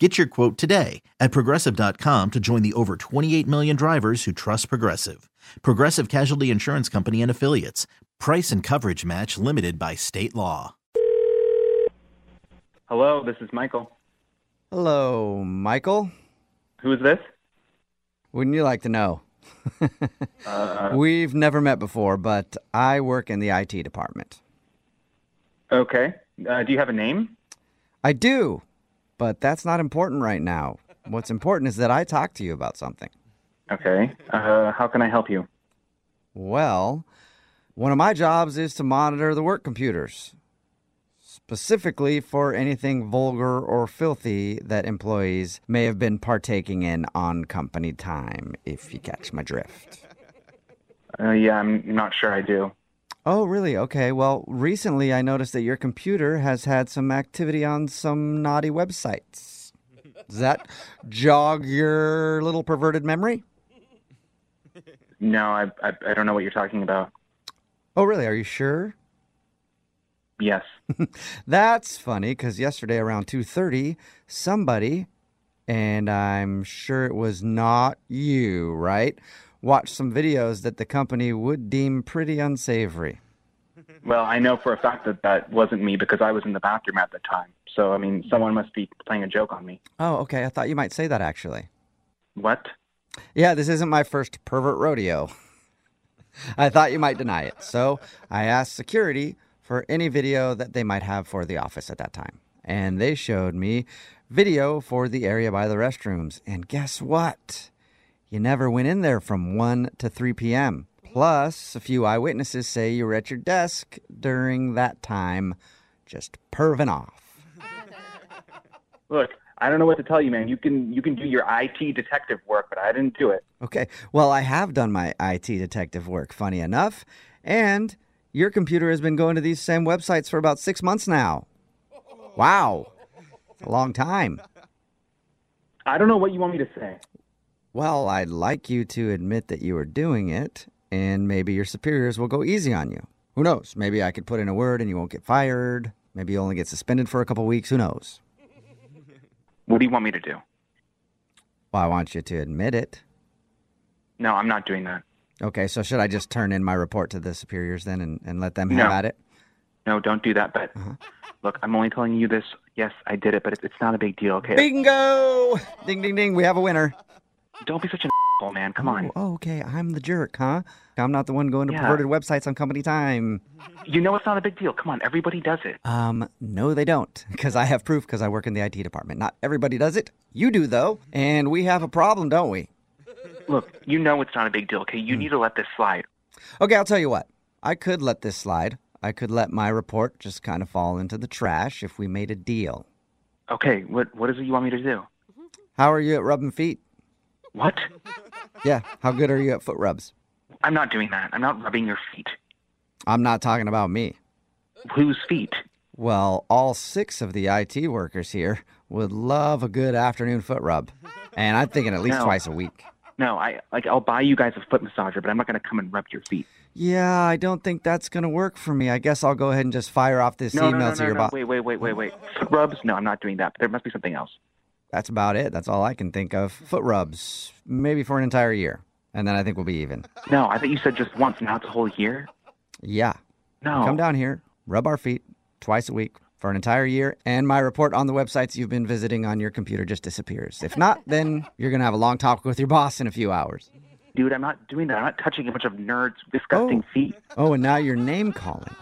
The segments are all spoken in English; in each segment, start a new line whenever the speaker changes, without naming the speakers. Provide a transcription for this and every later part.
Get your quote today at progressive.com to join the over 28 million drivers who trust Progressive. Progressive Casualty Insurance Company and Affiliates. Price and coverage match limited by state law.
Hello, this is Michael.
Hello, Michael.
Who is this?
Wouldn't you like to know?
Uh,
We've never met before, but I work in the IT department.
okay. Uh, do you have a name?
I do, but that's not important right now. What's important is that I talk to you about something.
Okay. Uh, how can I help you?
Well, one of my jobs is to monitor the work computers, specifically for anything vulgar or filthy that employees may have been partaking in on company time, if you catch my drift.
Uh, yeah, I'm not sure I do.
Oh, really? Okay. Well, recently I noticed that your computer has had some activity on some naughty websites. Does that jog your little perverted memory?
No, I, I, I don't know what you're talking about.
Oh, really? Are you sure?
Yes.
That's funny because yesterday around 2:30, somebody, and I'm sure it was not you, right? Watched some videos that the company would deem pretty unsavory.
Well, I know for a fact that that wasn't me because I was in the bathroom at the time. So, I mean, someone must be playing a joke on me.
Oh, okay. I thought you might say that actually.
What?
Yeah, this isn't my first pervert rodeo. I thought you might deny it. So I asked security for any video that they might have for the office at that time. And they showed me video for the area by the restrooms. And guess what? You never went in there from 1 to 3 p.m. Plus, a few eyewitnesses say you were at your desk during that time, just perving off.
Look, I don't know what to tell you, man. You can you can do your IT detective work, but I didn't do it.
Okay. Well, I have done my IT detective work, funny enough. And your computer has been going to these same websites for about six months now. Wow. It's a long time.
I don't know what you want me to say.
Well, I'd like you to admit that you are doing it, and maybe your superiors will go easy on you. Who knows? Maybe I could put in a word and you won't get fired. Maybe you only get suspended for a couple weeks. Who knows?
What do you want me to do?
Well, I want you to admit it.
No, I'm not doing that.
Okay, so should I just turn in my report to the superiors then and, and let them
No.
have at it?
No, don't do that. But
Uh-huh.
look, I'm only telling you this. Yes, I did it, but it's, it's not a big deal. Okay.
Bingo! Ding, ding, ding. We have a winner.
Don't be such an asshole, man. Come on.
Oh, oh, okay. I'm the jerk, huh? I'm not the one going to
Yeah.
perverted websites on company time.
You know it's not a big deal. Come on, everybody does it.
Um, no, they don't, because I have proof because I work in the IT department. Not everybody does it. You do, though. And we have a problem, don't we?
Look, you know it's not a big deal, okay?
Hmm.
You need to let this slide.
Okay, I'll tell you what. I could let this slide. I could let my report just kind of fall into the trash if we made a deal.
Okay, what what is it you want me to do?
How are you at rubbing feet?
What?
Yeah, how good are you at foot rubs?
I'm not doing that. I'm not rubbing your feet.
I'm not talking about me.
Whose feet?
Well, all six of the IT workers here would love a good afternoon foot rub. And I'm thinking at least
No.
twice a week.
No, I like I'll buy you guys a foot massager, but I'm not gonna come and rub your feet.
Yeah, I don't think that's going to work for me. I guess I'll go ahead and just fire off this
No,
email
no, no,
to
no,
your
no.
boss.
Wait, wait, wait, wait, wait. Foot rubs? No, I'm not doing that. There must be something else.
That's about it. That's all I can think of. Foot rubs, maybe for an entire year. And then I think we'll be even.
No, I thought you said just once, now it's a whole year.
Yeah.
No.
Come down here, rub our feet twice a week for an entire year. And my report on the websites you've been visiting on your computer just disappears. If not, then you're going to have a long talk with your boss in a few hours.
Dude, I'm not doing that. I'm not touching a bunch of nerds disgusting
Oh.
feet.
Oh, and now you're name calling.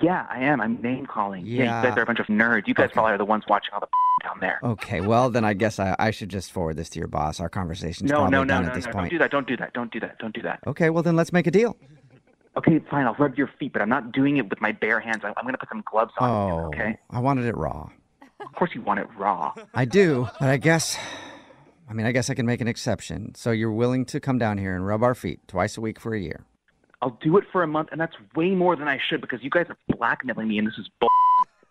Yeah, I am. I'm name calling. you
Yeah. Oh,
guys are a bunch of nerds. You guys probably are the ones watching all the down there.
Okay, well, then I guess I, I should just forward this to your boss. Our conversation's
No,
probably
no, no,
done
no, no.
at this
Don't
point.
do that. Don't do that. Don't do that. Don't do that.
Okay, well, then let's make a deal.
Okay, fine. I'll rub your feet, but I'm not doing it with my bare hands. I'm, I'm going to put some gloves on.
Oh,
Okay.
I wanted it raw.
Of course, you want it raw.
I do, but I guess, I mean, I guess I can make an exception. So you're willing to come down here and rub our feet twice a week for a year.
I'll do it for a month, and that's way more than I should because you guys are blackmailing me, and this is bull.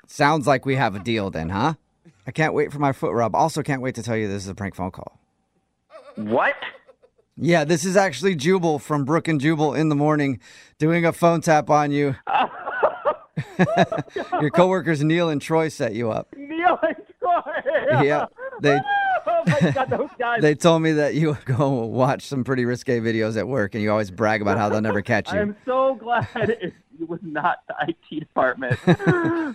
Sounds like we have a deal then, huh? I can't wait for my foot rub. Also, can't wait to tell you this is a prank phone call.
What?
Yeah, this is actually Jubal from Brook and Jubal in the morning doing a phone tap on you. Your coworkers Neil and Troy set you up.
Neil and Troy.
Yeah, they-
Oh my God, those guys.
They told me that you go watch some pretty risque videos at work and you always brag about how they'll never catch you.
I'm so glad it, it was not the IT department.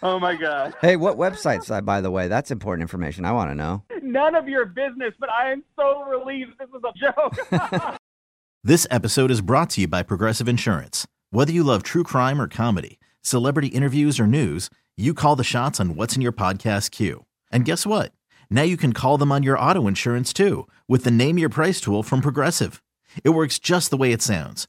oh my God.
Hey, what websites, uh, by the way? That's important information. I want to know.
None of your business, but I am so relieved this was a joke.
This episode is brought to you by Progressive Insurance. Whether you love true crime or comedy, celebrity interviews or news, you call the shots on what's in your podcast queue. And guess what? Now you can call them on your auto insurance too with the Name Your Price tool from Progressive. It works just the way it sounds.